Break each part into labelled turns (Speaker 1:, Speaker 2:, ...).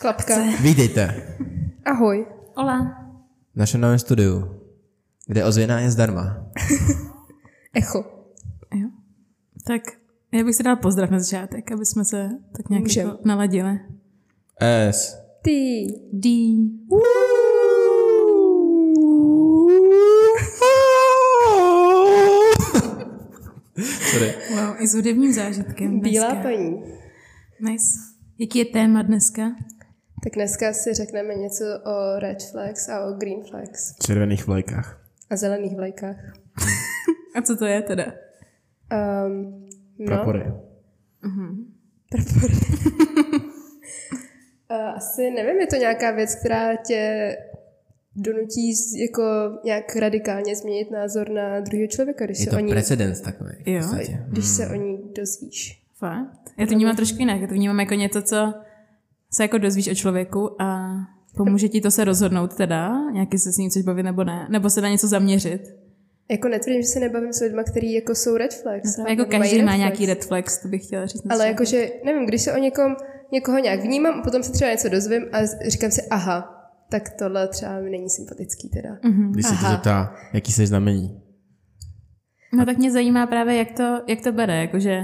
Speaker 1: Klapka.
Speaker 2: Vítejte
Speaker 1: Ahoj.
Speaker 3: Ola.
Speaker 2: v našem novém studiu, kde ozvěna je zdarma.
Speaker 1: Echo.
Speaker 3: Jo. Tak já bych si dala pozdrav na začátek, aby jsme se tak nějak
Speaker 1: Můžem.
Speaker 3: jako naladili.
Speaker 2: S.
Speaker 1: Ty.
Speaker 3: D.
Speaker 2: Sorry.
Speaker 3: Wow, i s hudebním zážitkem dneska.
Speaker 1: Bílá paní.
Speaker 3: Nice. Jaký je téma dneska?
Speaker 1: Tak dneska si řekneme něco o red flags a o green flags
Speaker 2: V červených vlajkách.
Speaker 1: a zelených vlajkách.
Speaker 3: A co to je teda?
Speaker 1: Um, no. Uh, asi nevím, je to nějaká věc, která tě donutí z- jako nějak radikálně změnit názor na druhého člověka, když
Speaker 2: Je
Speaker 1: se
Speaker 2: to
Speaker 1: o ní,
Speaker 2: precedens takový. v
Speaker 3: Jo.
Speaker 2: podstatě.
Speaker 1: když se o ní dozvíš.
Speaker 3: Fakt? Já to vnímám trošku jinak. Já to vnímám jako něco, co se jako dozvíš o člověku a pomůže ti to se rozhodnout teda, nějaký se s ním chceš bavit nebo ne, nebo se na něco zaměřit.
Speaker 1: Jako netvrdím, že se nebavím s lidmi, kteří jako jsou red flags.
Speaker 3: No,
Speaker 1: nebo
Speaker 3: jako
Speaker 1: mají
Speaker 3: každý má
Speaker 1: red
Speaker 3: nějaký
Speaker 1: flags.
Speaker 3: red flags, to bych chtěla říct. na
Speaker 1: Ale
Speaker 3: začátku.
Speaker 1: jakože, nevím, když se o někom, někoho nějak vnímám, a potom se třeba něco dozvím a z- říkám si, aha, tak tohle třeba mi není sympatický teda.
Speaker 3: Mhm.
Speaker 2: Když se
Speaker 1: Mhm. Aha.
Speaker 2: tě zeptá, jaký jsi znamení.
Speaker 3: No tak mě zajímá právě, jak to, jak to bere, jakože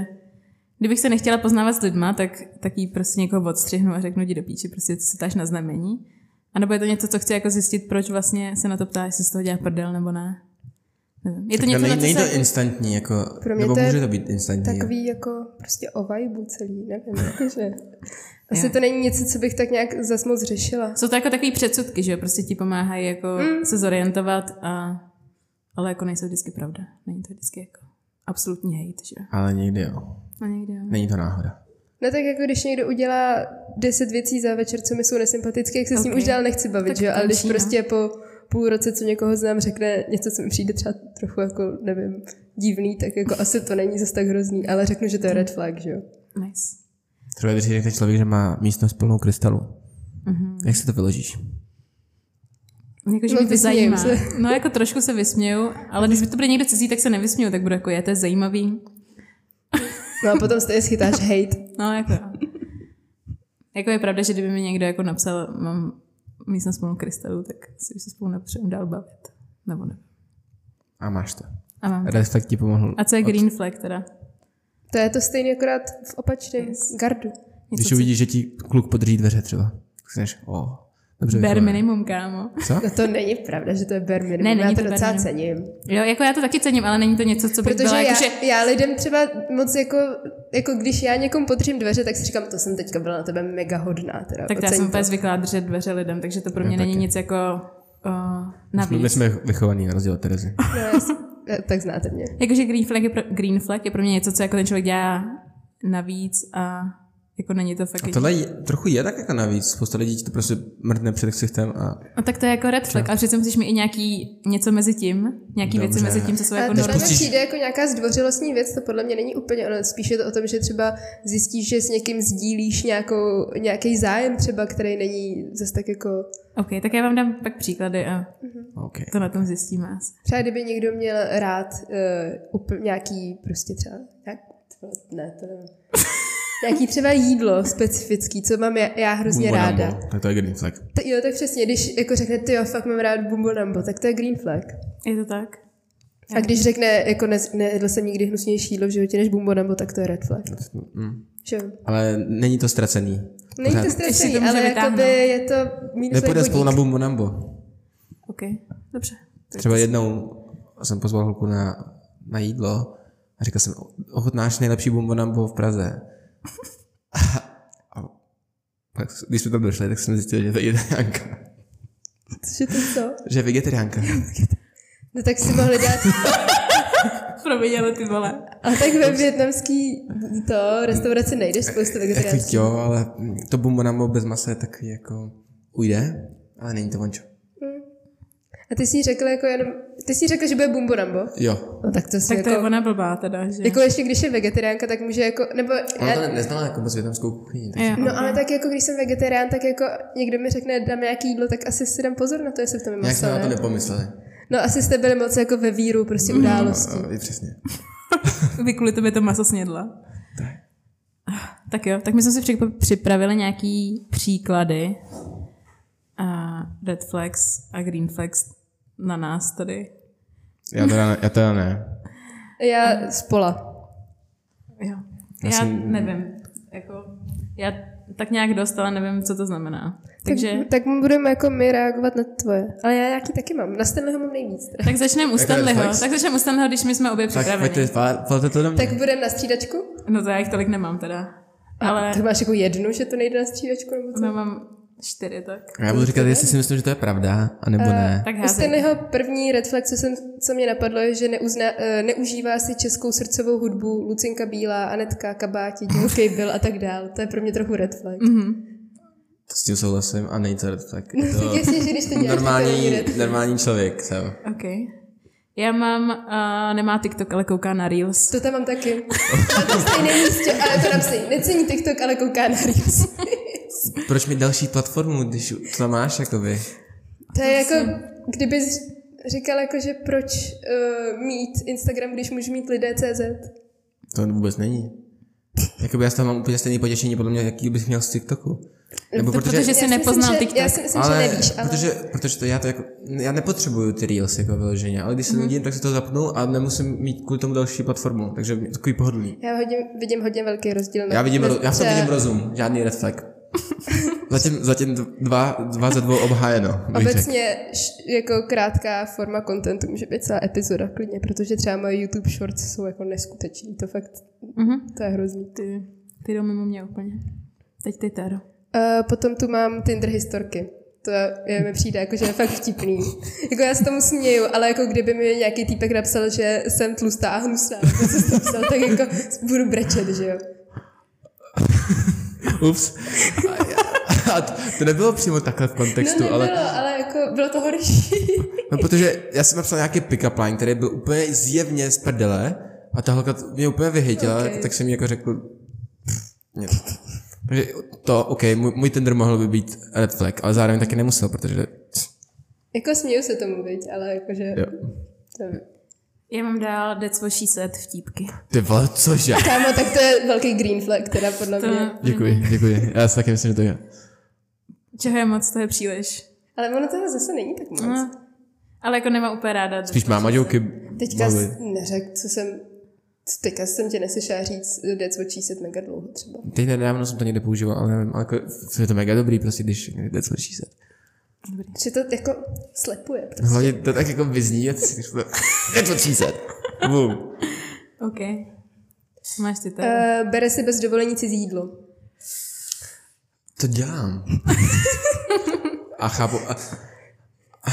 Speaker 3: kdybych se nechtěla poznávat s lidma, tak, tak jí prostě někoho odstřihnu a řeknu ti do píči, prostě ty se ptáš na znamení. A nebo je to něco, co chci jako zjistit, proč vlastně se na to ptá, jestli z toho dělá prdel nebo ne. Nevím. Je to
Speaker 2: Tak
Speaker 3: něco,
Speaker 2: Jako nej-
Speaker 3: na co
Speaker 2: není to
Speaker 3: se...
Speaker 2: instantní, jako,
Speaker 1: Pro mě
Speaker 2: nebo
Speaker 1: to je
Speaker 2: může to být instantní. jo.
Speaker 1: Takový jako prostě o vibe celý, nevím, jakože. Asi
Speaker 3: Jo.
Speaker 1: to není něco, co bych tak nějak zas moc řešila.
Speaker 3: Jsou to jako takový předsudky, že jo, prostě ti pomáhají jako mm. se zorientovat a... Ale jako nejsou vždycky pravda. Není to vždycky jako absolutní hejt, že jo.
Speaker 2: Ale někdy jo.
Speaker 3: No někdy jo.
Speaker 2: Není to náhoda.
Speaker 1: No tak jako když někdo udělá 10 věcí za večer, co mi jsou nesympatické, jak se s ním
Speaker 3: Ok.
Speaker 1: už dál nechci bavit,
Speaker 3: Tak
Speaker 1: že jo? Ale když
Speaker 3: končí, no.
Speaker 1: prostě po půl roce, co někoho znám, řekne něco, co mi přijde třeba trochu jako, nevím, divný, tak jako asi to není zas tak hrozný, ale řeknu, že to je red flag, že jo?
Speaker 3: Nice.
Speaker 2: Třeba když řekne člověk, že má místnost plnou krystalů.
Speaker 1: Mhm.
Speaker 2: Mm-hmm. Jak se to vyložíš?
Speaker 3: Jakože
Speaker 1: No,
Speaker 3: no, mě to
Speaker 1: vysmějím
Speaker 3: zajímá.
Speaker 1: se.
Speaker 3: Se. No jako trošku se vysměju, ale když by to bude někdo cizí, tak se nevysměju, tak budu jako, je, to je zajímavý.
Speaker 1: No a potom stejně schytáš hate.
Speaker 3: No jako jo. Jako je pravda, že kdyby mi někdo jako napsal, mám místnost spolu krystalu, tak si už se spolu nepřeju dál bavit. Nebo ne.
Speaker 2: A máš to.
Speaker 3: A mám.
Speaker 2: Reflekt ti pomohl.
Speaker 3: A co je green flag teda? Něco,
Speaker 1: To je to stejně akorát v opačném yes. gardu.
Speaker 2: Když
Speaker 3: co-
Speaker 2: uvidíš, že ti kluk podrží dveře třeba, tak si než, o, dobře
Speaker 3: Bare
Speaker 2: vychovaný.
Speaker 3: minimum, kámo.
Speaker 2: Co?
Speaker 1: No to není pravda, že to je bare minimum.
Speaker 3: Ne, není
Speaker 1: já to,
Speaker 3: to bare
Speaker 1: docela
Speaker 3: minimum.
Speaker 1: cením.
Speaker 3: Jo, jako já to taky cením, ale není to něco, co bych
Speaker 1: Protože
Speaker 3: byla,
Speaker 1: já,
Speaker 3: jakože...
Speaker 1: já lidem třeba moc jako, jako když já někomu podřím dveře, tak si říkám, to jsem teďka byla na tebe mega hodná. Teda,
Speaker 3: Tak to já
Speaker 1: oceň
Speaker 3: jsem
Speaker 1: to.
Speaker 3: úplně zvyklá držet dveře lidem, takže to pro mě
Speaker 2: Já
Speaker 3: není
Speaker 2: taky.
Speaker 3: nic jako uh,
Speaker 2: My,
Speaker 3: navíc.
Speaker 2: my jsme vychovaní na rozdíl od Terezy.
Speaker 1: No, já jsem- eh, tak znáte mě.
Speaker 3: Jakože green flag, je pro, green flag je pro mě něco, co jako ten člověk dělá navíc a jako není to fakt...
Speaker 2: A tohle je, trochu je tak jako navíc. Spousta lidí ti to prostě mrtne před ksichtem a
Speaker 3: No tak to je jako red flag, ale přece musíš mít i nějaký něco mezi tím, nějaký Dobře. věci
Speaker 2: Dobře.
Speaker 3: mezi tím, co jsou
Speaker 1: Ale
Speaker 3: jako
Speaker 1: tohle mi
Speaker 3: normální.
Speaker 2: pustíš-
Speaker 1: přijde jako nějaká zdvořilostní věc, to podle mě není úplně ono. Spíš je to o tom, že třeba zjistíš, že s někým sdílíš nějakou, nějaký zájem třeba, který není zase tak jako
Speaker 3: Ok, tak já vám dám pak příklady a
Speaker 2: OK.
Speaker 3: to na tom zjistíme asi.
Speaker 1: Třeba kdyby někdo měl rád uh, upl- nějaký prostě třeba, nějak, ty vole, ne, to nevím. Nějaký třeba jídlo specifický, co mám já, já hrozně
Speaker 2: Bumbo
Speaker 1: ráda.
Speaker 2: nambo. Tak to je green flag.
Speaker 1: To, jo, tak přesně, když jako řekne, ty jo, fakt mám rád bumbonambo, tak to je green flag.
Speaker 3: Je to tak?
Speaker 1: A když řekne, jako ne, nejedl jsem nikdy hnusnější jídlo v životě než bumbonambo, tak to je red flag.
Speaker 2: Mm.
Speaker 1: Že? jo?
Speaker 2: Ale není to ztracený.
Speaker 1: Není to
Speaker 2: Pořád.
Speaker 3: Ještě
Speaker 1: strašný,
Speaker 3: to může
Speaker 1: ale
Speaker 3: vytáhnout.
Speaker 1: jakoby je to minus
Speaker 2: Nepůjde
Speaker 1: bodík.
Speaker 2: spolu na Bumbo Nambo.
Speaker 3: Ok, dobře.
Speaker 2: Třeba jednou jsem pozval holku na, na jídlo a říkal jsem, ochutnáš nejlepší Bumbo Nambo v Praze. A, a pak, když jsme tam došli, tak jsem zjistil, že to je vegetariánka.
Speaker 1: Což je to co?
Speaker 2: Že je vegetariánka.
Speaker 1: No tak si mohli dát,
Speaker 3: Providěli ty vole.
Speaker 1: ale tak ve větnamský to restauraci nejdeš spoustu vegetariánských.
Speaker 2: Eh, Tak jo, ale to Bumbo Nambo bez masa je taky jako ujde, ale není to vončo.
Speaker 1: A ty jsi jí řekl jako jenom, ty jsi jí řekl, že bude bumbo nambo.
Speaker 2: Jo.
Speaker 1: No tak to si
Speaker 3: Tak to
Speaker 1: jako,
Speaker 3: je ona blbá teda, že?
Speaker 1: jako ještě když je vegetariánka, tak může jako, nebo
Speaker 2: Ona to
Speaker 1: já,
Speaker 2: ne- neznala jako moc větnamskou kuchyni. Tak...
Speaker 3: Jo,
Speaker 1: No
Speaker 3: ok.
Speaker 1: ale tak jako když jsem vegetarián, tak jako někdo mi řekne, dám nějaký jídlo, tak asi si dám pozor na to, jestli v tom je
Speaker 2: Nějak
Speaker 1: maso,
Speaker 2: jsme na to Mm.
Speaker 1: ne?
Speaker 2: nepomysleli.
Speaker 1: No asi jste byli moc jako ve víru prostě událostí.
Speaker 2: A, a, přesně.
Speaker 3: Vy kvůli tobě to maso snědla. Tak jo, tak my jsme si při- připravili nějaký příklady a red flags a green flags na nás tady.
Speaker 2: Já teda, já teda ne.
Speaker 1: Já spola.
Speaker 3: Jo. Já,
Speaker 2: Já jsem-
Speaker 3: nevím, jako, já tak nějak dost, ale nevím, co to znamená. Takže,
Speaker 1: Tak, tak mu budeme jako my reagovat na tvoje. Ale já nějaký taky mám. Na Stanleyho mám nejvíc. teda.
Speaker 3: tak začneme
Speaker 2: Jako
Speaker 3: u
Speaker 2: red
Speaker 3: Stanleyho,
Speaker 2: flags?
Speaker 3: tak začneme u Stanleyho, když my jsme obě
Speaker 2: Tak
Speaker 3: připraveni.
Speaker 2: pojďte, pojďte to do mě.
Speaker 1: Tak budeme na střídačku?
Speaker 3: No to já jich tolik nemám teda.
Speaker 1: Ale...
Speaker 3: Ale
Speaker 1: Tak máš jako jednu, že to nejde na střídačku? Nebo co?
Speaker 3: no, mám čtyři, tak.
Speaker 2: Já budu říkat, jestli si myslím, že to je pravda, anebo ne.
Speaker 3: Tak
Speaker 1: U
Speaker 3: házej.
Speaker 1: Stanleyho první red flag, co, jsem, co mě napadlo, je, že neuzna, eh, neužívá si českou srdcovou hudbu Lucinka Bílá, Anetka Kabáti, Dimokej byl a tak dál. To je pro mě trochu red flag.
Speaker 3: Mhm.
Speaker 2: S tím souhlasím a nejde to tak.
Speaker 1: No, tak
Speaker 2: To...
Speaker 1: jasně, že když to děláš, tak to není
Speaker 2: Normální,
Speaker 1: red flag.
Speaker 2: normální člověk jsem.
Speaker 3: OK. Já mám, uh, nemá TikTok, ale kouká na Reels.
Speaker 1: To tam mám taky. Na to stejné místě, ale to napsej. Necení TikTok, ale kouká na Reels.
Speaker 2: Proč mi další platformu, když to tam máš, jakoby?
Speaker 1: To je jako, kdyby říkal jako, že proč uh, mít Instagram, když můžu mít lidé CZ.
Speaker 2: To vůbec není. Jakoby já z toho mám úplně stejný potěšení, podle mě, jaký bych měl z TikToku. Nebo
Speaker 3: To
Speaker 2: protože,
Speaker 3: protože jsi
Speaker 1: Já si
Speaker 3: nepoznal
Speaker 1: myslím, že-
Speaker 3: TikTok.
Speaker 1: Já si myslím, že nevíš, ale...
Speaker 2: Protože, protože to já to jako, já nepotřebuju ty reels jako vyloženě, ale když se nudím, tak si to zapnu a nemusím mít kvůli tomu další platformu, takže je takový pohodlný.
Speaker 1: Já hodně, vidím hodně velký rozdíl.
Speaker 2: Já, vidím,
Speaker 1: mezi-
Speaker 2: ro- já v tom
Speaker 1: třeba-
Speaker 2: vidím rozum, žádný red flag. zatím, zatím dva, dva za dvou obhájeno, bych řekl.
Speaker 1: Obecně š- jako krátká forma kontentu může být celá epizoda klidně, protože třeba moje YouTube shorts jsou jako neskuteční, to fakt,
Speaker 3: Mhm.
Speaker 1: to je hrozný.
Speaker 3: Ty, ty jdou mimo mě úplně. Teď ty, Taro.
Speaker 1: Uh, potom tu mám Tinder historky. To je, mi přijde jako, že je fakt vtipný. jako já se tomu směju, ale jako kdyby mi nějaký týpek napsal, že jsem tlustá a hnusná, to co jsi napsal, tak jako budu brečet, že jo.
Speaker 2: Ups. A, já- a to, to nebylo přímo takhle v kontextu,
Speaker 1: no
Speaker 2: ale
Speaker 1: nebylo, ale... ale jako bylo to horší.
Speaker 2: No protože já jsem napsal nějaký pick-up line, který byl úplně zjevně z prdele a ta holka t- mě úplně vyhytila,
Speaker 1: Ok.
Speaker 2: okay. tak jsem jí jako řekl... "Pff, nic." Takže to, OK, můj, můj tender mohl by být red flag, ale zároveň taky nemusel, protože...
Speaker 1: jako směju se tomu, viď, ale jakože...
Speaker 2: Jo.
Speaker 1: To...
Speaker 3: Já mám dál That's what she said vtípky.
Speaker 2: Ty vole, cože?
Speaker 1: Kámo, tak to je velký green flag, teda podle
Speaker 3: To,
Speaker 1: mě.
Speaker 2: Děkuji, děkuji. Já si taky myslím, že to je.
Speaker 3: čeho je moc, to je příliš.
Speaker 1: Ale ono toho zase není tak moc.
Speaker 3: No, ale jako nemám úplně ráda.
Speaker 2: Spíš máma joky.
Speaker 1: Teďka
Speaker 2: baví.
Speaker 1: jsi neřekl, co jsem... co Teďka jsem tě neslyšela říct Dead Watch set mega dlouho třeba.
Speaker 2: Teď nedávno jsem to někde používal, ale nevím, ale jako, je to mega dobrý, prostě, když jde co se.
Speaker 1: Že to jako slepuje. Prostě.
Speaker 2: Hlavně to tak jako vyzní, a ty si když to... Jde co se. Bum.
Speaker 3: OK. Máš ty tady.
Speaker 1: Uh, bere si bez dovolení cizí jídlo.
Speaker 2: To dělám. a chápu. A,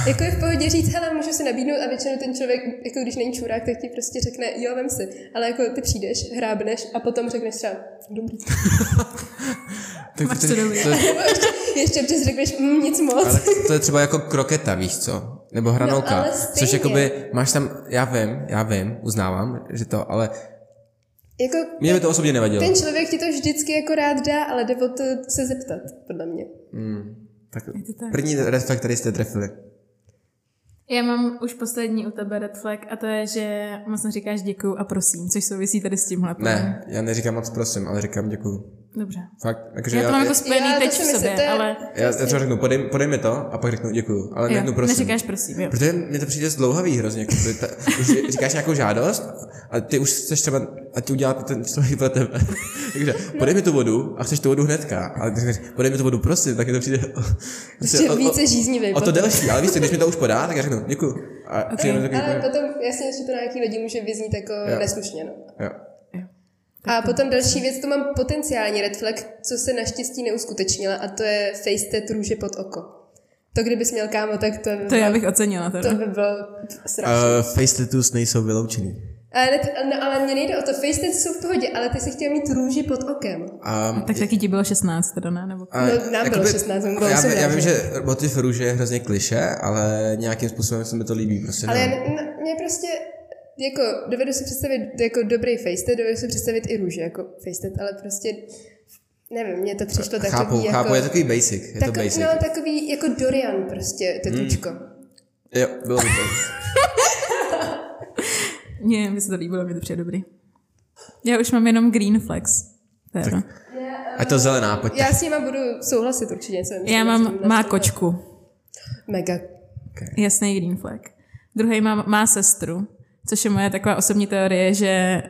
Speaker 1: Jako je v pohodě říct, hele, můžu si nabídnout a většinou ten člověk, jako když není čurák, tak ti prostě řekne, jo, vem si. Ale jako ty přijdeš, hrábneš a potom řekneš třeba, dobrý.
Speaker 2: tak
Speaker 3: Máš
Speaker 2: to,
Speaker 3: to
Speaker 2: to,
Speaker 3: dobrý.
Speaker 2: to,
Speaker 1: Nebo ještě, ještě občas řekneš, mm, nic moc.
Speaker 2: ale to je třeba jako kroketa, víš co?
Speaker 3: No,
Speaker 2: Nebo hranolka.
Speaker 1: ale
Speaker 2: což
Speaker 1: stejně.
Speaker 2: jakoby máš tam, já vím, já vím, uznávám, že to, ale
Speaker 1: Jako
Speaker 2: mě by to osobně nevadilo.
Speaker 1: ten člověk ti to vždycky jako rád dá, ale jde o to se zeptat, podle mě.
Speaker 2: Hmm, tak
Speaker 3: to tak.
Speaker 2: první red flag, který jste trefili.
Speaker 3: Já mám už poslední u tebe red flag a to je, že moc neříkáš děkuju a prosím, což souvisí tady s tímhle.
Speaker 2: Ne, já neříkám moc prosím, ale říkám děkuju.
Speaker 3: Dobře.
Speaker 2: Fakt, jakože
Speaker 3: Já to mám
Speaker 2: já,
Speaker 3: jako spojený
Speaker 1: Já to
Speaker 3: teď v
Speaker 1: si myslím,
Speaker 3: sobě,
Speaker 1: to je-
Speaker 3: ale
Speaker 2: já,
Speaker 1: Prostě
Speaker 2: já třeba
Speaker 1: jako-
Speaker 2: řeknu, podej, podej mi to a pak řeknu děkuju, ale
Speaker 3: jo,
Speaker 2: neřeknu jako prosím.
Speaker 3: neříkáš prosím, jo.
Speaker 2: Protože mi to přijde zdlouhavý hrozně. Jako to je ta, už říkáš nějakou žádost a ty už chceš třeba, a ty udělá to ten člověk pro tebe. Takže podej mi tu vodu a chceš tu vodu hnedka. Ale ty říkáš, podej mi tu vodu, prosím, tak mi to přijde o,
Speaker 1: Ještě Prostě více žíznivý.
Speaker 2: o, to
Speaker 1: potom.
Speaker 2: delší. Ale víš, co, když mi to už podá, tak já řeknu, děkuju. A okay, mi takový,
Speaker 1: Ale
Speaker 2: ale...
Speaker 1: potom jasně, že to na nějaký lidi může vyznít jako
Speaker 2: Jo.
Speaker 1: neslušně. No.
Speaker 2: jo.
Speaker 1: A potom další věc, to mám potenciální red flag, co se naštěstí neuskutečnila a to je face tat růže pod oko. To kdybys měl kámo, tak to by,
Speaker 3: To
Speaker 1: bylo,
Speaker 3: já bych ocenila teda.
Speaker 1: to by bylo strašné.
Speaker 2: Uh, face tattoos nejsou vyloučený.
Speaker 1: Ale, ne, no, ale mě nejde o to, face tats jsou v pohodě, ale ty jsi chtěl mít růži pod okem.
Speaker 2: Um,
Speaker 3: Tak taky ti bylo 16 teda, ne? Nebo...
Speaker 2: A
Speaker 1: No, nám bylo 16, nám bylo
Speaker 2: já, vím- já
Speaker 1: 18,
Speaker 2: vím,
Speaker 1: že?
Speaker 2: že motiv růže je hrozně kliše, ale nějakým způsobem se mi to líbí. Prostě,
Speaker 1: Ale
Speaker 2: no.
Speaker 1: já, ne- ne- mě prostě jako dovedu si představit jako dobrý face tat, dovedu si představit i růže jako face tat, ale prostě nevím, mně to přišlo takový
Speaker 2: chápu,
Speaker 1: jako...
Speaker 2: chápu, je takový basic. Je to
Speaker 1: Takový,
Speaker 2: basic. Hmm.
Speaker 1: no, takový jako Dorian prostě, tetučko.
Speaker 2: Jo, bylo by to.
Speaker 3: Mně by se to líbilo, mě to přijde dobrý. Já už mám jenom green flags. Teda.
Speaker 1: Já,
Speaker 2: A to zelená, pojďte.
Speaker 1: Já s nima budu souhlasit určitě. Co
Speaker 3: Já mám, má kočku.
Speaker 1: vlastně Mega.
Speaker 3: Jasný green flag. Druhý má, má sestru, což je moje taková osobní teorie, že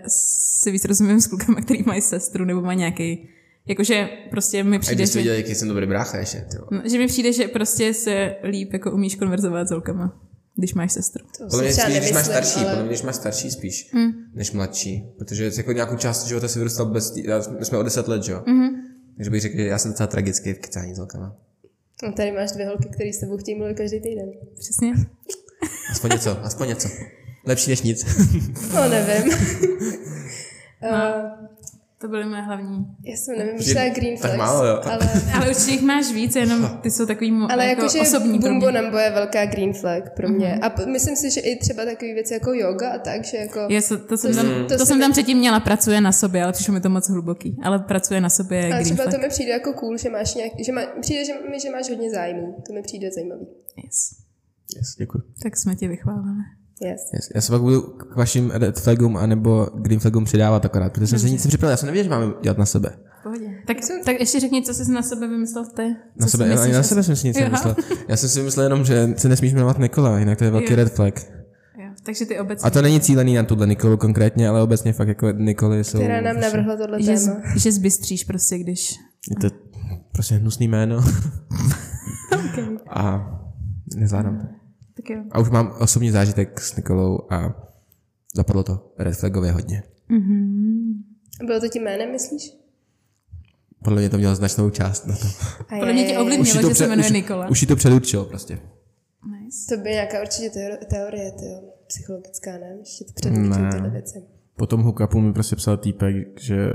Speaker 3: si víc rozumím s klukama, který mají sestru nebo má nějaký. Jakože prostě mi
Speaker 2: A
Speaker 3: přijde,
Speaker 2: když jsi
Speaker 3: že,
Speaker 2: viděl, jaký jsem dobrý brácha ještě, ty vole.
Speaker 3: no, že mi přijde, že prostě se líp jako umíš konverzovat s holkama, když máš sestru.
Speaker 1: To
Speaker 2: Podle mě
Speaker 1: si třeba
Speaker 2: spíš, když máš
Speaker 1: nemyslím,
Speaker 2: starší,
Speaker 1: ale- Mm.
Speaker 2: podle mě, když máš starší spíš, než mladší. Protože jako nějakou část života si vyrůstal bez, tý- já- my jsme o 10 let, že jo?
Speaker 1: Mhm.
Speaker 2: Takže bych řekl, že já jsem docela tragický v kecání s holkama.
Speaker 1: No, tady máš dvě holky, které s tebou chtějí mluvit každý týden.
Speaker 3: Přesně.
Speaker 2: Aspoň něco, aspoň něco. Lepší než nic.
Speaker 1: No, nevím. Uh,
Speaker 3: To byly moje hlavní.
Speaker 1: já jsem nevymýšlela Green
Speaker 2: tak
Speaker 1: Flags,
Speaker 2: málo, jo.
Speaker 1: ale,
Speaker 3: Ale určitě jich máš víc, jenom ty jsou takový mo-
Speaker 1: ale
Speaker 3: jako
Speaker 1: jakože
Speaker 3: osobní pro mě. Mhm.
Speaker 1: Bumbo Nambo je velká Green Flag pro mě. A p- myslím si, že i třeba takové věci jako yoga a tak, že jako...
Speaker 3: Je, to, to, jsem
Speaker 1: To-
Speaker 3: tam,
Speaker 1: to
Speaker 3: to,
Speaker 1: se
Speaker 3: jsem
Speaker 1: mi-
Speaker 3: tam předtím měla, pracuje na sobě, ale přišlo mi to moc hluboký. Ale pracuje na sobě
Speaker 1: ale
Speaker 3: green
Speaker 1: třeba
Speaker 3: flag.
Speaker 1: to mi přijde jako cool, že máš nějak, že má, přijde že, mi, že máš hodně zájmů. To mi přijde zajímavý.
Speaker 3: Yes.
Speaker 2: Yes, děkuji.
Speaker 3: Tak jsme tě vychválili.
Speaker 1: Yes.
Speaker 2: Yes. Já se pak budu k vašim red flagům anebo green flagům přidávat akorát, protože jsem se nic nepřipravil, já jsem nevěděl, že máme dělat na sebe.
Speaker 3: Pohodě. Tak, tak ještě řekni, co jsi na sebe vymyslel ty. Co
Speaker 2: Na
Speaker 3: si
Speaker 2: sebe, ani
Speaker 3: myslíš,
Speaker 2: na
Speaker 3: že
Speaker 2: sebe
Speaker 3: jsi-
Speaker 2: jsem si nic
Speaker 3: Jo.
Speaker 2: nemyslel. Já jsem si myslel jenom, že se nesmíš jmenovat Nikola, jinak to je velký
Speaker 3: Jo.
Speaker 2: red flag.
Speaker 3: Jo. Takže ty obecně.
Speaker 2: A to není cílený na tuhle Nikolu konkrétně, ale obecně fakt jako Nikoly jsou...
Speaker 1: Která nám navrhla tohle
Speaker 3: že,
Speaker 1: téma.
Speaker 3: z, že zbystříš prostě, když...
Speaker 2: Je to prostě hnusný jméno. A nezvládám to.
Speaker 3: Tak jo.
Speaker 2: A už mám osobní zážitek s Nikolou a zapadlo to red flagově hodně.
Speaker 1: Bylo to tím jménem, myslíš?
Speaker 2: Podle mě to mělo značnou část na to.
Speaker 1: A
Speaker 3: Podle mě tě ovlivnilo, že se jmenuje
Speaker 2: už,
Speaker 3: Nikola.
Speaker 2: Už jí to předurčilo prostě.
Speaker 3: Nice.
Speaker 1: To by nějaká určitě teor- teorie, tyjo. psychologická, ne? Ještě to předurčují
Speaker 2: Ne.
Speaker 1: tyhle věci.
Speaker 2: Po tom hookupu mi prostě psal týpek, že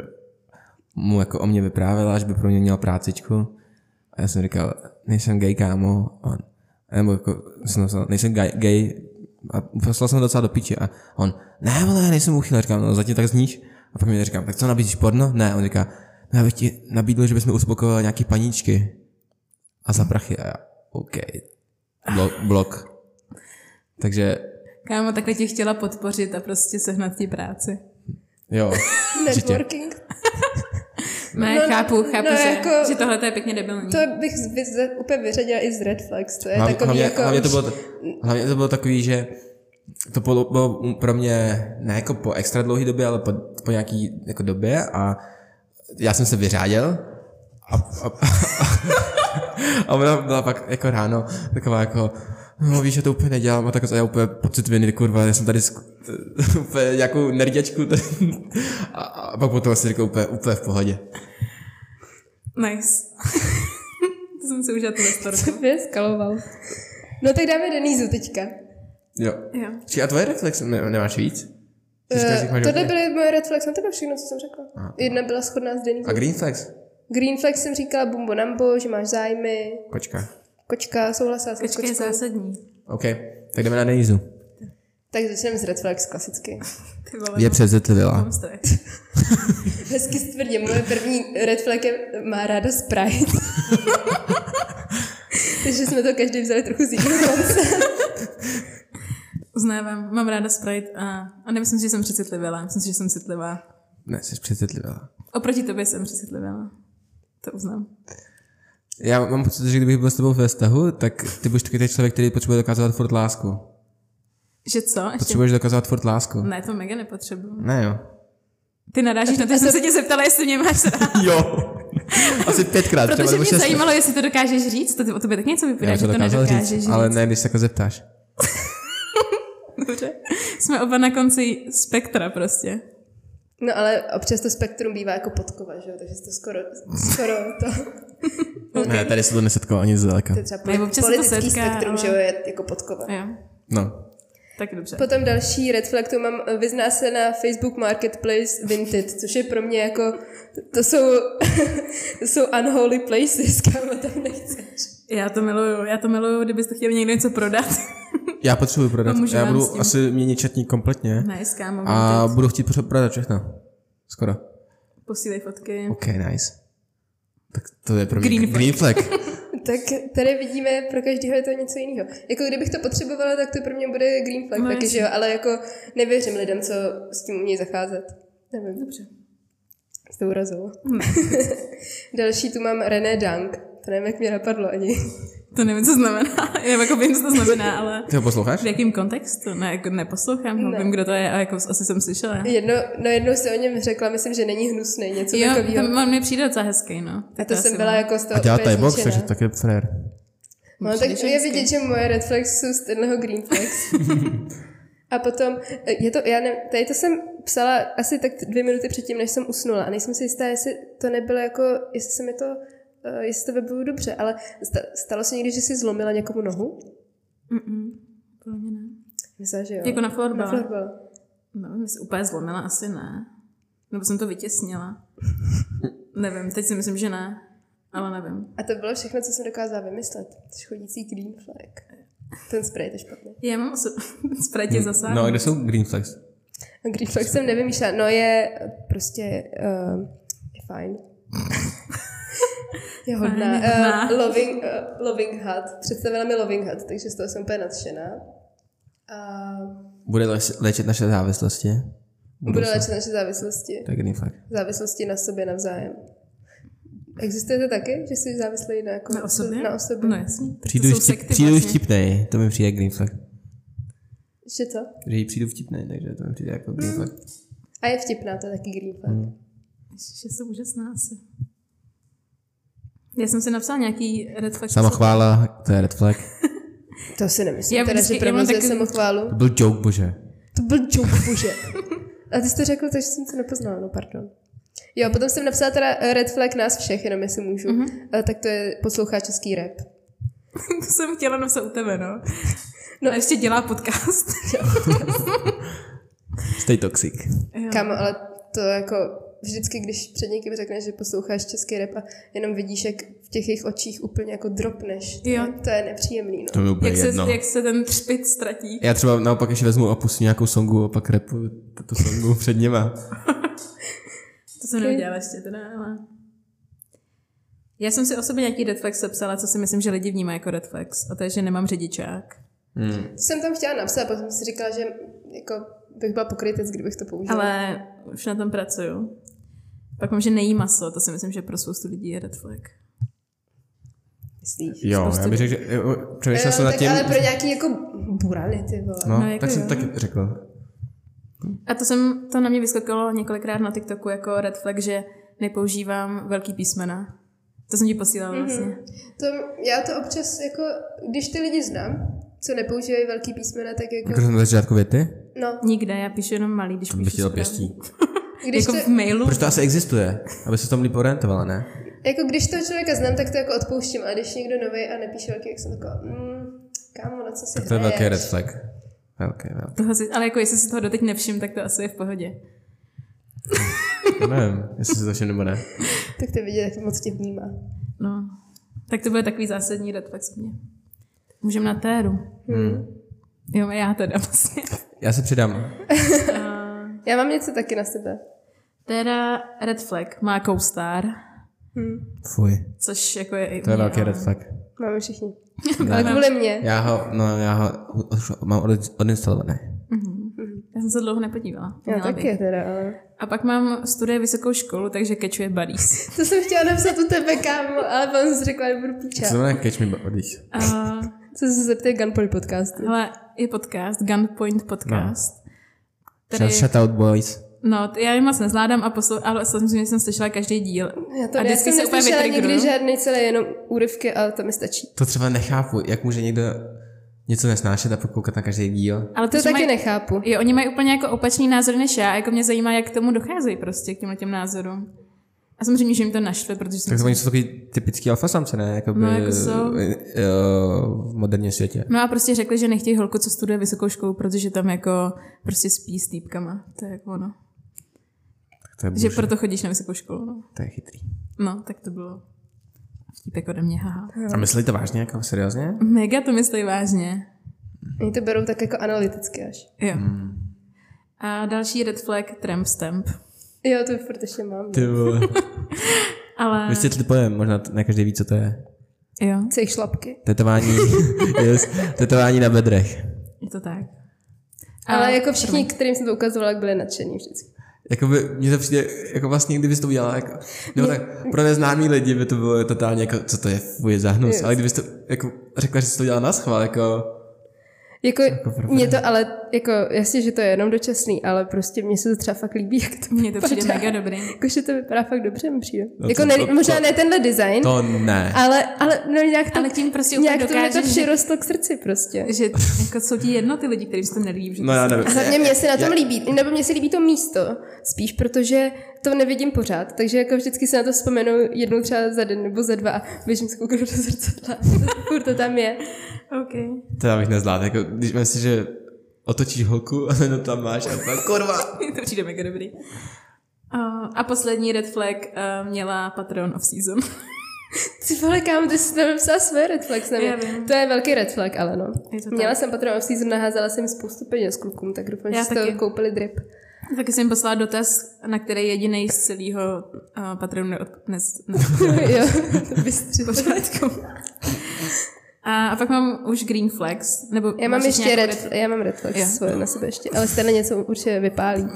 Speaker 2: mu jako o mě vyprávěla, že by pro mě měl prácičku. A já jsem říkal, nejsem gay, kámo. A on, nebo jako, jsem napsal, nejsem gay, gay. A poslal jsem ho docela do píči. A on, ne, vole, já nejsem uchyl. A říkám, no zatím tak zníš. A pak mi říkám, tak co nabízíš porno? Ne, a on říká, no já bych ti nabídl, že bychom uspokojili nějaký paníčky. A za prachy. A já, OK. Blok. blok. Takže
Speaker 3: Kámo, takhle tě chtěla podpořit a prostě sehnat ti práci.
Speaker 2: Jo, určitě.
Speaker 1: Networking?
Speaker 3: Ne,
Speaker 1: No, no,
Speaker 3: chápu, chápu,
Speaker 1: no,
Speaker 3: že,
Speaker 1: jako-
Speaker 3: že tohle to je pěkně debilní.
Speaker 1: To bych z- vyze- úplně vyřadila i z Red Flags. To je
Speaker 2: Hlavně,
Speaker 1: takový
Speaker 2: hlavně,
Speaker 1: jako...
Speaker 2: hlavně, to bylo, hlavně to bylo takový, že to po- bylo pro mě ne jako po extra dlouhé době, ale po, po nějaký jako době a já jsem se vyřáděl a, a, a, a ona byla pak jako ráno taková jako no víš, že to úplně nedělám a tak a já úplně pocit viny, jako, kurva, já jsem tady sk- úplně nějakou nerděčku tady. a, a pak potom asi říkal úplně, úplně v pohodě.
Speaker 3: Nice. to jsem si užila tuhle storku.
Speaker 1: To by skaloval. No tak dáme Denízu teďka.
Speaker 2: Jo.
Speaker 3: Jo.
Speaker 2: Či a tvoje reflexe ne, nemáš víc? Ty říkáš, že jich
Speaker 1: Uh,
Speaker 2: máš
Speaker 1: tohle
Speaker 2: hodně.
Speaker 1: byly moje Red Flags na tebe všechno, co jsem řekla. Jedna byla shodná s Denízou.
Speaker 2: A green flags?
Speaker 1: Green Flag jsem říkala Bumbo Nambo, že máš zájmy.
Speaker 2: Kočka.
Speaker 1: Kočka, souhlasila jsem s
Speaker 3: Kočka je
Speaker 1: kočkou.
Speaker 3: zásadní.
Speaker 2: OK, tak jdeme na Denizu.
Speaker 1: Tak začneme s Red Flags klasicky.
Speaker 3: Ty vole,
Speaker 2: Je
Speaker 3: no,
Speaker 2: přezitlivá.
Speaker 3: mám strach.
Speaker 1: Hezky stvrdě, moje první red flag je, má ráda Sprite. Takže jsme to každý vzali trochu z jiného konce.
Speaker 3: Uznávám, mám ráda Sprite a, a nemyslím si, že jsem přecitlivá. Myslím si, že jsem citlivá.
Speaker 2: Ne, jsi přezitlivá.
Speaker 3: Oproti tobě jsem přecitlivá. To uznám.
Speaker 2: Já mám pocit, že kdybych byl s tebou ve vztahu, tak ty budeš takový ten člověk, který potřebuje dokazovat furt lásku.
Speaker 3: Že co? Ještě?
Speaker 2: Potřebuješ dokazovat furt lásku.
Speaker 3: Ne, to mega nepotřebuju.
Speaker 2: Ne jo.
Speaker 3: Ty narážíš na to, že jsem se tě zeptala, jestli mě máš rád.
Speaker 2: Jo. Asi pětkrát.
Speaker 3: Protože
Speaker 2: nebo
Speaker 3: mě
Speaker 2: šestkrát.
Speaker 3: zajímalo, jestli to dokážeš říct. To ty, o tobě tak něco vypadá,
Speaker 2: Já
Speaker 3: že to
Speaker 2: dokázal
Speaker 3: nedokážeš
Speaker 2: říct,
Speaker 3: říct.
Speaker 2: ale ne, když se jako zeptáš.
Speaker 3: Dobře. Jsme oba na konci spektra prostě.
Speaker 1: No ale občas to spektrum bývá jako podkova, že jo? Takže se to skoro, skoro to...
Speaker 2: Ne, tady se to nesetkalo ani zdaleka.
Speaker 1: To je třeba
Speaker 3: Ne,
Speaker 1: poli-
Speaker 3: No, občas se to
Speaker 1: politický
Speaker 3: setká, no.
Speaker 1: spektrum,
Speaker 3: ale-
Speaker 1: že jo? Je jako podkova.
Speaker 3: Jo.
Speaker 2: No.
Speaker 3: Tak dobře.
Speaker 1: Potom další red flag, to mám, vyzná se na Facebook Marketplace Vinted, což je pro mě jako, to jsou, to jsou unholy places, kam tam nechceš.
Speaker 3: Já to miluju, já to miluju, kdybyste chtěli někdo něco prodat.
Speaker 2: Já potřebuji prodat.
Speaker 3: To No, můžu
Speaker 2: Já
Speaker 3: vám
Speaker 2: budu
Speaker 3: s tím.
Speaker 2: asi měnit četník kompletně.
Speaker 3: nice, kámo.
Speaker 2: A
Speaker 3: vintage.
Speaker 2: budu chtít pořád prodat všechno. Skoro.
Speaker 3: Posílej fotky.
Speaker 2: OK, nice. Tak to je pro mě
Speaker 3: Green flag.
Speaker 2: green flag.
Speaker 1: Tak tady vidíme, pro každého je to něco jiného. Jako kdybych to potřebovala, tak to pro mě bude green flag
Speaker 3: No,
Speaker 1: no, taky,
Speaker 3: jasně.
Speaker 1: že jo, ale jako nevěřím lidem, co s tím umějí zacházet. Nevím.
Speaker 3: Dobře.
Speaker 1: Jste urazil.
Speaker 3: Hm.
Speaker 1: Další tu mám René Dank. To nevím, jak mě napadlo ani.
Speaker 3: To nevím, co znamená. Já jako vím, co to znamená, ale
Speaker 2: Ty ho posloucháš?
Speaker 3: v jakém kontextu? Ne, jako neposlouchám,
Speaker 1: Ne.
Speaker 3: ne. vím, kdo to je a jako asi jsem slyšela.
Speaker 1: Jedno, no jednou se o něm řekla, myslím, že není hnusný, něco
Speaker 3: Jo,
Speaker 1: takového.
Speaker 3: tam on mi přijde docela hezký, no.
Speaker 1: A to
Speaker 3: asi
Speaker 1: jsem byla
Speaker 3: mám.
Speaker 1: jako z toho
Speaker 2: A dělá
Speaker 1: úplně
Speaker 2: tady box,
Speaker 1: zničená.
Speaker 2: takže tak je frér.
Speaker 1: No, tak
Speaker 3: Přijde
Speaker 1: je
Speaker 3: hezky.
Speaker 1: vidět, že moje red flags jsou z tenhle green flags. a potom, eh, je to, já ne, tady to jsem psala asi tak dvě minuty předtím, než jsem usnula a nejsem si jistá, jestli to nebylo jako, jestli se mi to, eh, jestli to vybavuju dobře, ale sta- stalo se někdy, že jsi zlomila někomu nohu?
Speaker 3: Mm-mm, podle mě ne.
Speaker 1: Myslím, že jo.
Speaker 3: Jako na
Speaker 1: na
Speaker 3: florbal.
Speaker 1: florbal.
Speaker 3: No, mě se úplně zlomila, asi ne. Nebo jsem to vytěsnila. nevím, teď si myslím, že ne. Ale nevím.
Speaker 1: A to bylo všechno, co jsem dokázala vymyslet. Škodící green flag. Ten spray je to špatný.
Speaker 3: Já mám osu... spratě zase.
Speaker 2: No, a kde jsou green flags?
Speaker 1: A Green flag jsem nevymýšlela. No je prostě uh, je fajn. je hodná.
Speaker 3: Fajn, je hodná.
Speaker 1: Uh, loving, uh, loving Hut. Představila mi Loving Hut, takže z toho jsem úplně nadšená. A
Speaker 2: Bude léč- léčit naše závislosti?
Speaker 1: bude léčit naše závislosti.
Speaker 2: To je green flag.
Speaker 1: Závislosti na sobě navzájem. Existuje to taky, že jsi závislý na, jako
Speaker 3: Na osobě?
Speaker 1: Na osobě.
Speaker 3: No jasně.
Speaker 2: Přijdu,
Speaker 3: to jsou
Speaker 2: vtip,
Speaker 3: sekty
Speaker 2: přijdu
Speaker 3: vlastně.
Speaker 2: vtipnej, to mi přijde green flag.
Speaker 1: Že co?
Speaker 2: Že jí přijdu vtipnej, takže to mi přijde jako green flag.
Speaker 1: A je vtipná, to je taky green flag.
Speaker 3: Ježiš, já jsem úžasná asi. Já jsem si napsala nějaký red flag.
Speaker 2: Sama chvála, to je red flag.
Speaker 1: To si nemyslím.
Speaker 3: Já
Speaker 1: Já teda,
Speaker 3: vždycky-
Speaker 1: že
Speaker 3: já mám
Speaker 1: provozuje
Speaker 3: taky-
Speaker 1: samochválu.
Speaker 2: To byl joke, bože.
Speaker 1: To byl joke, bože. A ty jsi to řekl, takže jsem to nepoznala, no pardon. Jo, potom jsem napsala teda eh, red flag nás všech, jenom jestli můžu.
Speaker 3: Mhm.
Speaker 1: Mm-hmm. A, tak to je poslouchá český rap.
Speaker 3: to jsem chtěla napsat u tebe, no.
Speaker 1: No.
Speaker 3: no. A ještě dělá podcast.
Speaker 2: Stay toxic.
Speaker 3: Jo.
Speaker 1: Kámo, ale to jako vždycky, když před někým řekneš, že posloucháš český rap a jenom vidíš, jak v těch jejich očích úplně jako dropneš. To,
Speaker 3: Jo.
Speaker 1: to je nepříjemný,
Speaker 2: To
Speaker 1: no.
Speaker 2: mi úplně
Speaker 3: Jak se,
Speaker 2: jedno.
Speaker 3: jak se ten špit ztratí.
Speaker 2: Já třeba naopak ještě vezmu a pustím nějakou songu a pak rapuju tu songu před něma.
Speaker 3: To jsem neudělala ještě teda, ale... Já jsem si o sobě nějaký red flag sepsala, co si myslím, že lidi vnímají jako red flags. A to je, že nemám řidičák.
Speaker 2: Hmm.
Speaker 1: To jsem tam chtěla napsat, potom jsem si říkala, že jako bych byla pokrytec, kdybych to použila.
Speaker 3: Ale už na tom pracuju. Pak mám, že nejí maso, to si myslím, že pro spoustu lidí je red flag.
Speaker 1: Myslíš?
Speaker 2: Jo,
Speaker 3: Spoustu
Speaker 2: já bych
Speaker 3: lidí.
Speaker 2: řekl, že jo, přemýšlel
Speaker 1: Eh,
Speaker 2: jsem nad
Speaker 1: tak
Speaker 2: tím.
Speaker 1: ale pro nějaký jako burany, ty vole.
Speaker 2: No,
Speaker 3: No, jako
Speaker 2: tak jsem
Speaker 3: jo.
Speaker 2: to taky řekl.
Speaker 3: A to, jsem, to na mě vyskočilo několikrát na TikToku jako red flag, že nepoužívám velký písmena. To jsem ti posílala vlastně.
Speaker 1: To, já to občas, jako, když ty lidi znám, co nepoužívají velký písmena, tak jako,
Speaker 2: Jako jsem na začátku věty?
Speaker 1: no,
Speaker 3: Nikde, já píšu jenom malý, když
Speaker 2: Bych
Speaker 3: píšu
Speaker 2: chtěl
Speaker 3: správně.
Speaker 2: pěstí.
Speaker 1: když to,
Speaker 3: Jako v mailu.
Speaker 2: Proč to asi existuje? Aby se tam líp orientovala, ne?
Speaker 1: jako když toho člověka znám, tak to jako odpouštím, a když někdo nový a nepíše velký, tak jsem taková, mm, kámo, na co si
Speaker 2: To je
Speaker 1: hraješ?
Speaker 2: velký red flag. Velký, velký.
Speaker 3: Toho si, ale jako jestli si toho doteď nevšim, tak to asi je v pohodě.
Speaker 2: Já nevím, jestli se to všem nebo ne.
Speaker 1: Tak to je vidět, jak moc tě vnímá.
Speaker 3: No, tak to bude takový zásadní red flag mě. Můžeme na téru.
Speaker 2: Hmm.
Speaker 3: Jo, já teda vlastně.
Speaker 2: Já se přidám.
Speaker 1: Já mám něco taky na sebe.
Speaker 3: Téra red flag má co-star,
Speaker 1: Hm.
Speaker 2: Fuj.
Speaker 3: což jako je i
Speaker 2: To je
Speaker 3: u mě,
Speaker 2: velký
Speaker 3: ale-
Speaker 2: red flag.
Speaker 1: Máme všichni. Ale
Speaker 2: Ne.
Speaker 1: kvůli mě.
Speaker 2: Já ho, no já ho už mám odin- odinstalovaný.
Speaker 3: Mhm. Já jsem se dlouho nepodívala.
Speaker 1: Já
Speaker 3: Měla
Speaker 1: taky
Speaker 3: bych.
Speaker 1: teda, ale...
Speaker 3: A pak mám studie vysokou školu, takže kečuje buddies.
Speaker 1: To jsem chtěla napsat u tebe, kámo, ale potom jsem si řekla, že budu píča.
Speaker 2: Co znamená catch me bodies?
Speaker 3: A,
Speaker 1: Co se zeptej Gunpoint podcastu?
Speaker 3: hele, je podcast, Gunpoint podcast. No. Tady,
Speaker 2: Shout out boys.
Speaker 3: no, t- já je moc nezvládám, a poslou, ale samozřejmě jsem slyšela každý díl.
Speaker 1: Já to
Speaker 3: a
Speaker 1: já
Speaker 3: vždycky
Speaker 1: jsem
Speaker 3: se úplně
Speaker 1: neslyšela nikdy
Speaker 3: vytriggeruju.
Speaker 1: žádný celý, jenom úryvky, ale to mi stačí.
Speaker 2: To třeba nechápu, jak může někdo něco nesnášet a pak koukat na každý díl.
Speaker 3: Ale
Speaker 1: To
Speaker 3: že
Speaker 1: taky
Speaker 3: mají-
Speaker 1: nechápu.
Speaker 3: Jo, oni mají úplně jako opačný názor než já, jako mě zajímá, jak k tomu docházejí prostě, k těmhle těm názorům. A samozřejmě, že jim to naštve, protože jsem...
Speaker 2: Tak to oni jsou takový typický alfasamce, ne? Jakoby,
Speaker 3: No, jako jsou.
Speaker 2: eh, eh, v moderním světě.
Speaker 3: No a prostě řekli, že nechtějí holku, co studuje vysokou školu, protože tam jako prostě spí s týpkama. To je jako ono.
Speaker 2: Tak to je
Speaker 3: Že
Speaker 2: bullshit.
Speaker 3: proto chodíš na vysokou školu. No,
Speaker 2: To je chytrý.
Speaker 3: no tak to bylo vtípek ode mě, haha.
Speaker 2: A myslí to vážně, jako seriózně?
Speaker 3: Mega to myslí vážně.
Speaker 1: Oni to berou tak jako analyticky až.
Speaker 3: Jo.
Speaker 2: Hmm.
Speaker 3: A další red flag, tramp stamp.
Speaker 1: Jo, to furt ještě mám.
Speaker 2: Ty vole.
Speaker 3: Ale...
Speaker 2: Vysvětli pojem, možná t- ne každý ví, co to je.
Speaker 3: Jo,
Speaker 1: Co jejich šlapky.
Speaker 2: Tetování, yes, tetování na bedrech.
Speaker 3: je to tak.
Speaker 1: jako Ale jako všichni, kterým jsem to ukazovala, jak byli nadšení vždycky.
Speaker 2: Jakoby mně to přijde, jako vlastně, kdybys to udělala, jako, nebo tak pro neznámý lidi by to bylo totálně jako, co to je, fuj, za hnus,
Speaker 1: Jo.
Speaker 2: ale kdybys to, jako, řekla, že jsi to dělala na schvál, jako,
Speaker 1: Jako,
Speaker 2: Jako pro
Speaker 1: mě
Speaker 2: frér.
Speaker 1: to ale, jako, jasně, že to je jenom dočasný, ale prostě mně se to třeba fakt líbí, jak to
Speaker 3: Mně to přijde
Speaker 1: vypadá.
Speaker 3: mega dobrý.
Speaker 1: Jakože to vypadá fakt dobře, mi přijde.
Speaker 2: No
Speaker 1: jako
Speaker 2: to-
Speaker 1: ne,
Speaker 2: to- to-
Speaker 1: možná ne tenhle design,
Speaker 2: to ne.
Speaker 1: ale, ale no, nějak to,
Speaker 3: Ale tím prostě úplně
Speaker 1: nějak to, mě to
Speaker 3: dokážeš, že,
Speaker 1: přirostlo k srdci prostě.
Speaker 3: že jako jsou ti jedno ty lidi, kterým se to nelíbí. že
Speaker 2: No
Speaker 3: to
Speaker 2: já
Speaker 3: se-
Speaker 2: nevím.
Speaker 1: A hlavně mě se na tom
Speaker 2: Já-
Speaker 1: líbí, nebo mě se líbí to místo, spíš protože to nevidím pořád, takže jako vždycky se na to vzpomenu jednou třeba za den nebo za dva a běžím se koukat do zrcadla, furt to tam je.
Speaker 3: OK.
Speaker 2: To já bych nezvládl, jako, když myslím, že otočíš holku a no tam máš a pak, kurva.
Speaker 3: to přijde mega dobrý. Uh, a poslední red flag uh, měla Patreon of Season.
Speaker 1: Ty vole, kámo, ty jsi tam napsala své red flags na mě.
Speaker 3: Já vím.
Speaker 1: To je velký red flag, ale no.
Speaker 3: Je to tak.
Speaker 1: Měla jsem patron off season, naházela jsem spoustu peněz klukům, tak doufám,
Speaker 3: Já
Speaker 1: že si
Speaker 3: taky.
Speaker 1: to koupili drip.
Speaker 3: Taky jsem poslala dotaz, na který jediný z celého uh, Patreonu neodnes. Ne,
Speaker 1: jo, to vystřihla.
Speaker 3: pořádku. A, a pak mám už green flags. Nebo
Speaker 1: Já mám
Speaker 3: máš
Speaker 1: ještě
Speaker 3: nějakou
Speaker 1: red, já mám red flags
Speaker 3: Jo.
Speaker 1: svoje na sebe ještě, ale stejně něco určitě vypálí.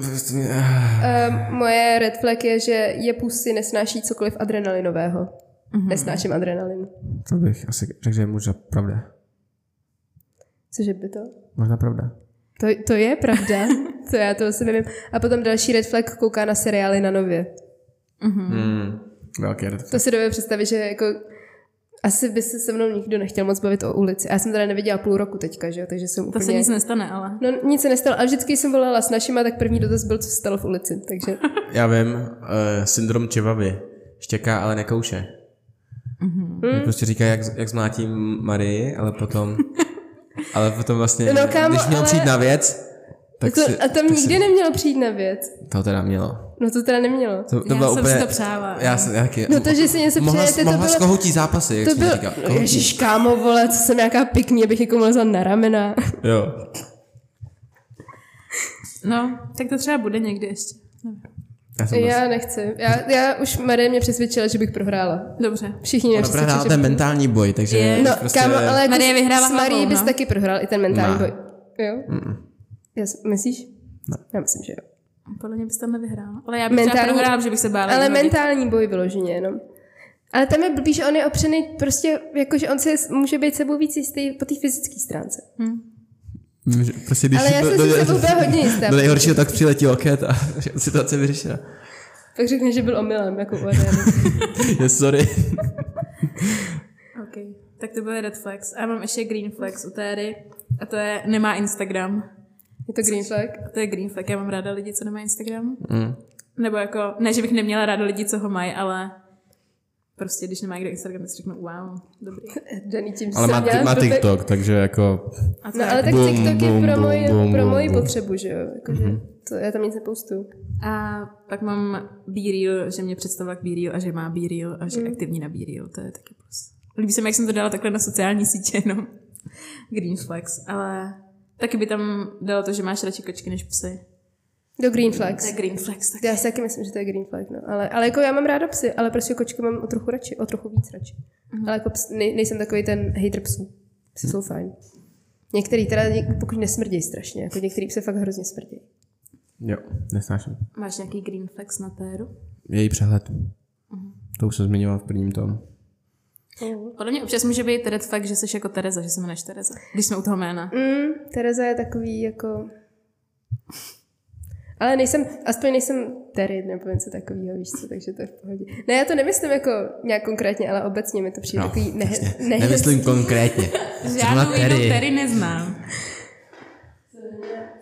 Speaker 2: Prostě-
Speaker 1: Um, moje red flag je, že je pusy nesnáší cokoliv adrenalinového. Mm-hmm. Nesnáším adrenalin.
Speaker 2: To bych asi řekl, že je muž pravda.
Speaker 1: Cože by to?
Speaker 2: Možná pravda.
Speaker 1: To, to je pravda, to já to asi nevím. A potom další red flag kouká na seriály na nově.
Speaker 2: Hmm. Velký red
Speaker 1: To si dovedu představit, že jako asi by se se mnou nikdo nechtěl moc bavit o ulici. Já jsem teda neviděla půl roku teďka, že jo, takže jsem
Speaker 3: To
Speaker 1: úplně...
Speaker 3: se nic nestane, ale.
Speaker 1: No nic se nestalo, ale vždycky jsem volala s našima, tak první dotaz byl, co se stalo v ulici, takže...
Speaker 2: Já vím, uh, syndrom čevavy. Štěká, ale nekouše. Mm-hmm. Prostě říká, jak, jak zmlátím Marii, ale potom... ale potom vlastně,
Speaker 1: No, kámo,
Speaker 2: když měl
Speaker 1: ale-
Speaker 2: přijít na věc, tak
Speaker 1: to,
Speaker 2: si,
Speaker 1: a tam
Speaker 2: tak si-
Speaker 1: nikdy nemělo přijít na věc.
Speaker 2: To teda mělo.
Speaker 1: No to teda nemělo.
Speaker 2: To, to
Speaker 3: Já
Speaker 2: bylo
Speaker 3: jsem
Speaker 2: úplně...
Speaker 3: si to přála.
Speaker 2: Já jsem já taky.
Speaker 1: No to, že si něco
Speaker 2: mohla,
Speaker 1: přejete, to
Speaker 2: mohla
Speaker 1: bylo-
Speaker 2: z kohoutí zápasy, jak
Speaker 1: To
Speaker 2: to
Speaker 1: byl,
Speaker 2: bylo... říká. Jako-
Speaker 1: no,
Speaker 2: Kohoutí.
Speaker 1: ježiš, kámo, vole, co jsem nějaká pikní, abych někomu lezla na ramena.
Speaker 2: Jo.
Speaker 3: No, tak to třeba bude někdy ještě. Nevím.
Speaker 2: Já jsem
Speaker 1: Já nechci. Já, já už Marie mě přesvědčila, že bych prohrála.
Speaker 3: Dobře.
Speaker 1: Všichni mě
Speaker 2: Ona prohrála
Speaker 1: přesvědčili, že...
Speaker 2: ten mentální boj, takže...
Speaker 3: Je.
Speaker 1: No, prostě... kámo, ale jako
Speaker 3: Marie
Speaker 1: s-
Speaker 3: vyhrává
Speaker 1: s Marie
Speaker 3: hlavou,
Speaker 1: bys
Speaker 3: no.
Speaker 1: taky prohrál i ten mentální
Speaker 2: Ne.
Speaker 1: boj. Jo? Já, s- myslíš?
Speaker 2: Ne.
Speaker 1: Já myslím, že jo.
Speaker 3: Podle mě bys tam nevyhrál. Ale já bych mentální...
Speaker 1: Mentální-
Speaker 3: třeba prohrál, že bych se bála.
Speaker 1: Ale
Speaker 3: jenom jít.
Speaker 1: mentální boj vyloženě jenom. Ale tam je blbý, že on je opřený prostě, jako že on se může být sebou víc jistý po té fyzické stránce.
Speaker 2: Vím, že Prostě když
Speaker 1: Ale já jsem si sebou byla hodně jistá.
Speaker 2: Do nejhoršího tak přiletí loket a situace je vyřešena.
Speaker 1: Pak řekne, že byl omylem, jako uvedený.
Speaker 2: Je sorry.
Speaker 3: OK. Tak to byly red flags. A já mám ještě green flags u Téry. A to je, nemá Instagram.
Speaker 1: Je to green flag?
Speaker 3: To je green flag, já mám ráda lidi, co nemají Instagram. Mm. Nebo jako, ne, že bych neměla ráda lidi, co ho mají, ale prostě, když nemá kdo Instagram, tak si řeknu, wow, dobrý.
Speaker 1: Daný tím, že
Speaker 2: Ale
Speaker 1: jsem
Speaker 2: má,
Speaker 1: měla
Speaker 2: má
Speaker 1: blbek.
Speaker 2: TikTok, takže jako...
Speaker 3: A to
Speaker 1: No
Speaker 3: je-
Speaker 1: ale tak
Speaker 2: Bum,
Speaker 1: TikTok
Speaker 2: bum,
Speaker 1: je pro
Speaker 2: bum,
Speaker 1: moji,
Speaker 2: bum,
Speaker 1: pro
Speaker 2: bum,
Speaker 1: moji
Speaker 2: bum. Mhm.
Speaker 1: potřebu, že jo. Jakože to, já tam nic nepoustuju.
Speaker 3: A pak mám B-Reel, že mě představila k B-Reel a že má B-Reel a že
Speaker 1: Hmm.
Speaker 3: je aktivní na B-Reel, to je taky plus. Líbí se mi, jak jsem to dala takhle na sociální sítě, no. Green flags, ale taky by tam dalo to, že máš radši kočky než psy.
Speaker 1: Do green
Speaker 3: To je
Speaker 1: flags.
Speaker 3: green flags taky.
Speaker 1: Já si taky myslím, že to je green flag, no. Ale, ale jako já mám ráda psy, ale prostě kočky mám o trochu radši, o trochu víc radši. Ale jako ps, nej, nejsem takový ten hater psů. Psy
Speaker 2: Mhm.
Speaker 1: jsou fajn. Některý teda, něk- pokud nesmrdějí strašně, jako některý psy fakt hrozně smrdějí.
Speaker 2: Jo, nesnáším.
Speaker 3: Máš nějaký green flags na téru?
Speaker 2: Její přehled.
Speaker 3: Mhm.
Speaker 2: To už jsem zmiňoval v prvním tom.
Speaker 3: Podle mě občas může být red flag, že jsi jako Tereza, že se jmenuješ Tereza, když jsme u toho jména.
Speaker 1: Mm, Tereza je takový jako... Ale nejsem, aspoň nejsem Terry nebo něco takového, víš co, takže to je v pohodě. Ne, já to nemyslím jako nějak konkrétně, ale obecně mi to přijde no, takový ne, ne,
Speaker 2: Nemyslím konkrétně. Zrovna
Speaker 3: Žádnou jinou
Speaker 2: Terry.
Speaker 3: Terry neznám.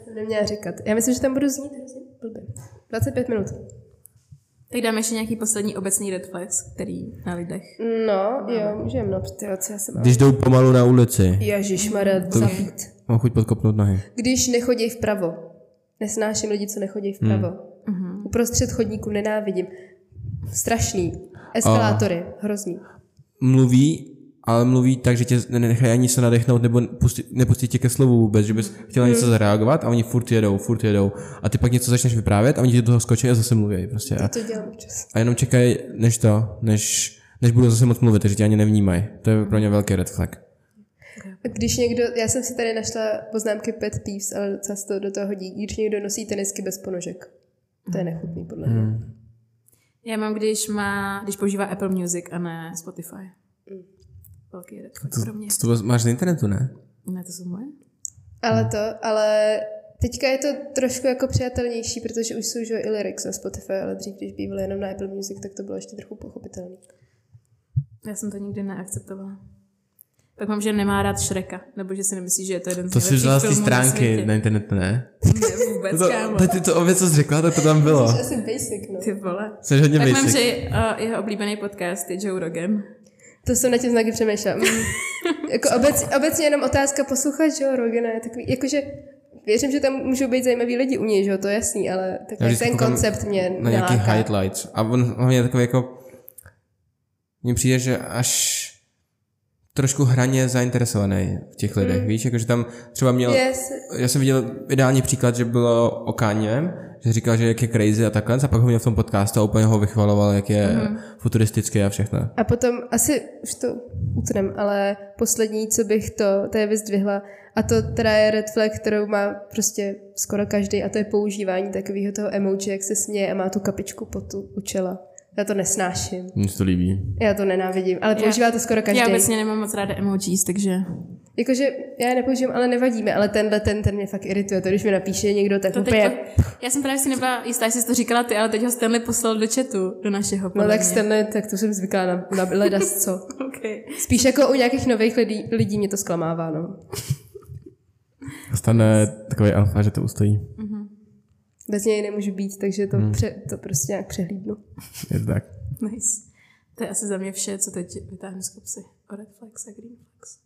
Speaker 1: jsem neměla říkat. Já myslím, že tam budu znít hrozně blbě. 25 minut.
Speaker 3: Tak dáme ještě nějaký poslední obecný red flags, který na lidech.
Speaker 1: No, jo, můžem, no, tyjo, co já jsem...
Speaker 2: Když jdou pomalu na ulici,
Speaker 1: Ježišmarja, zabít.
Speaker 2: mám chuť podkopnout nohy.
Speaker 1: Když nechodí vpravo. Nesnáším lidi, co nechodí vpravo.
Speaker 2: Hmm.
Speaker 1: Mm. Uprostřed chodníku nenávidím. Strašný. Eskalátory, hrozný.
Speaker 2: Mluví, ale mluví tak, že tě nenechají ani se nadechnout nebo pustí, nepustí tě ke slovu vůbec, že bys chtěla něco
Speaker 3: Mhm.
Speaker 2: zareagovat a oni furt jedou, furt jedou. A ty pak něco začneš vyprávět a oni ti do toho skočí a zase mluví. Prostě. A,
Speaker 1: To dělám občas.
Speaker 2: a jenom čekají, než to, než, než budou zase moc mluvit, takže tě ani nevnímají. To je pro mě velký red flag.
Speaker 1: Když někdo, já jsem si tady našla poznámky pet peeves, ale docela se to do toho hodí, když někdo nosí tenisky bez ponožek. To je nechutný, podle mě.
Speaker 2: Hmm.
Speaker 3: Já mám, když, má, když používá Apple Music a ne Spotify. Velký red flag
Speaker 2: To,
Speaker 3: pro mě.
Speaker 2: to, to máš z internetu, ne?
Speaker 3: Ne, to jsou moje.
Speaker 1: Ale
Speaker 2: Hmm.
Speaker 1: to, ale teďka je to trošku jako přijatelnější, protože už jsou že jo, i lyrics na Spotify, ale dřív, když bývaly jenom na Apple Music, tak to bylo ještě trochu pochopitelné.
Speaker 3: Já jsem to nikdy neakceptovala. Pak mám, že nemá rád Šreka, nebo že si nemyslí, že je to jeden z
Speaker 2: To jsi
Speaker 3: nejlepších
Speaker 2: vzala z té
Speaker 3: filmů na
Speaker 2: stránky
Speaker 3: světě.
Speaker 2: na internetu, ne?
Speaker 3: Ne, vůbec,
Speaker 2: To,
Speaker 3: kámo.
Speaker 2: to, ty to obě, co jsi řekla, tak to tam bylo.
Speaker 1: To je asi basic, no.
Speaker 3: Ty vole.
Speaker 2: Jsi hodně
Speaker 3: Tak mám, že
Speaker 2: basic.
Speaker 3: uh, jeho oblíbený podcast je Joe Rogan.
Speaker 1: To jsem na tím znaky přemýšlela. Mm. jako obec, obecně jenom otázka posluchač, že jo, Rogena je takový, jakože věřím, že tam můžou být zajímaví lidi u něj, že jo, to je jasný, ale tak
Speaker 2: Já vždycky
Speaker 1: ten
Speaker 2: koukám
Speaker 1: koncept mě
Speaker 2: Na nějaký
Speaker 1: neláká.
Speaker 2: highlights. A on hlavně je takový jako... Mně přijde, že až trošku hraně zainteresovaný v těch
Speaker 3: Mm.
Speaker 2: lidech, víš? Jakože tam třeba
Speaker 3: No.
Speaker 2: měl...
Speaker 1: Yes.
Speaker 2: Já jsem viděl ideální příklad, že bylo o Kanye, že říkal, že jak je crazy a takhle, a pak ho měl v tom podcastu a úplně ho vychvaloval, jak je mm. futuristický a všechno.
Speaker 1: A potom asi už to utnem, ale poslední, co bych to, to je vyzdvihla, a to teda je red flag, kterou má prostě skoro každý, a to je používání takového toho emoji, jak se směje a má tu kapičku potu u čela. Já to nesnáším.
Speaker 2: Mně se to líbí.
Speaker 1: Já to nenávidím, ale používá to skoro každý.
Speaker 3: Já obecně nemám moc ráda emojis, takže...
Speaker 1: Jakože já je nepoužívám, ale nevadí mi, ale tenhle ten, ten mě fakt irituje. To když mi napíše někdo, tak
Speaker 3: To teď,
Speaker 1: úplně...
Speaker 3: já jsem právě si nebyla jistá, jestli jsi to říkala ty, ale teď ho Stanley poslal do chatu, do našeho.
Speaker 1: No
Speaker 3: podle
Speaker 1: tak
Speaker 3: mě.
Speaker 1: Stanley, tak to jsem zvyklá na, na ledas, co.
Speaker 3: Okay.
Speaker 1: Spíš jako u nějakých nových lidí, lidí mě to zklamává, no.
Speaker 2: Stane takový alfa, že to ustojí.
Speaker 1: Bez něj nemůžu být, takže to, hmm. pře, to prostě nějak přehlídnu.
Speaker 2: Je to tak.
Speaker 3: Nice. To je asi za mě vše, co teď vytáhnu z kopsy. O red flags a green flags.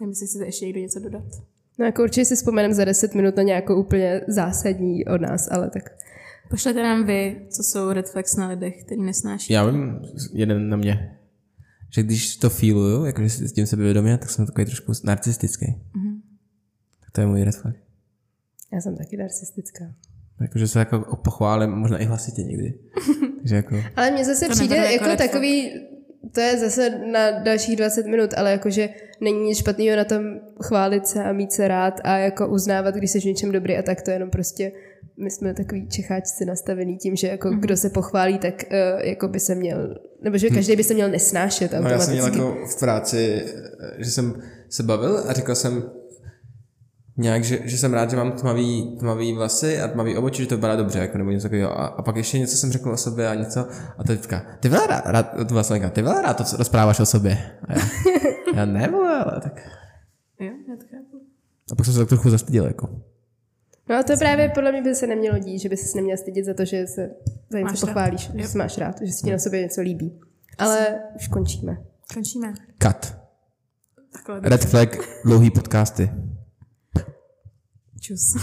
Speaker 3: Nevím, jestli chcete ještě někdo něco dodat.
Speaker 1: No jako určitě si vzpomenem za 10 minut na nějakou úplně zásadní od nás, ale tak.
Speaker 3: Pošlete nám vy, co jsou red flags na lidech, který nesnáší.
Speaker 2: Já vím, jeden na mě. Že když to feeluju, jakože si s tím sebevědomě, tak jsem takový trošku narcistický. Mm-hmm. Tak to je můj red flag.
Speaker 1: Já jsem taky narcistická.
Speaker 2: Jakože se jako pochválím, možná i hlasitě někdy. Takže jako...
Speaker 1: Ale mně zase
Speaker 3: To
Speaker 1: přijde
Speaker 3: nebude jako
Speaker 1: jako,
Speaker 3: red flag.
Speaker 1: takový, to je zase na dalších 20 minut, ale jakože není nic špatného na tom chválit se a mít se rád a jako uznávat, když jsi v něčem dobrý a tak to jenom prostě my jsme takový čecháčci nastavený tím, že jako
Speaker 3: Mhm.
Speaker 1: kdo se pochválí, tak uh, jako by se měl, nebo že každý by se měl nesnášet
Speaker 2: Hm. No, já jsem
Speaker 1: automaticky.
Speaker 2: měl jako v práci, eh, že jsem se bavil a říkal jsem nějak, že, že jsem rád, že mám tmavý, tmavý vlasy a tmavý obočí, že to vypadá dobře, jako nebo něco takového. A, a, pak ještě něco jsem řekl o sobě a něco. A teď říká, ty vela rád, rád, to byla Slenka, ty vela rád to co rozpráváš o sobě. A já, já ne, vole, ale tak.
Speaker 3: Jo, já to chápu.
Speaker 2: A pak jsem se tak trochu zastyděl, jako.
Speaker 1: No a to právě podle mě by se nemělo dít, že by se neměl stydět za to, že se za
Speaker 3: Máš
Speaker 1: něco
Speaker 3: rád.
Speaker 1: pochválíš, že se máš rád, že si ti na sobě něco líbí. Ale už končíme.
Speaker 3: Končíme.
Speaker 2: Cut.
Speaker 3: Takhle.
Speaker 2: Red flag, dlouhý podcasty.
Speaker 3: Čus.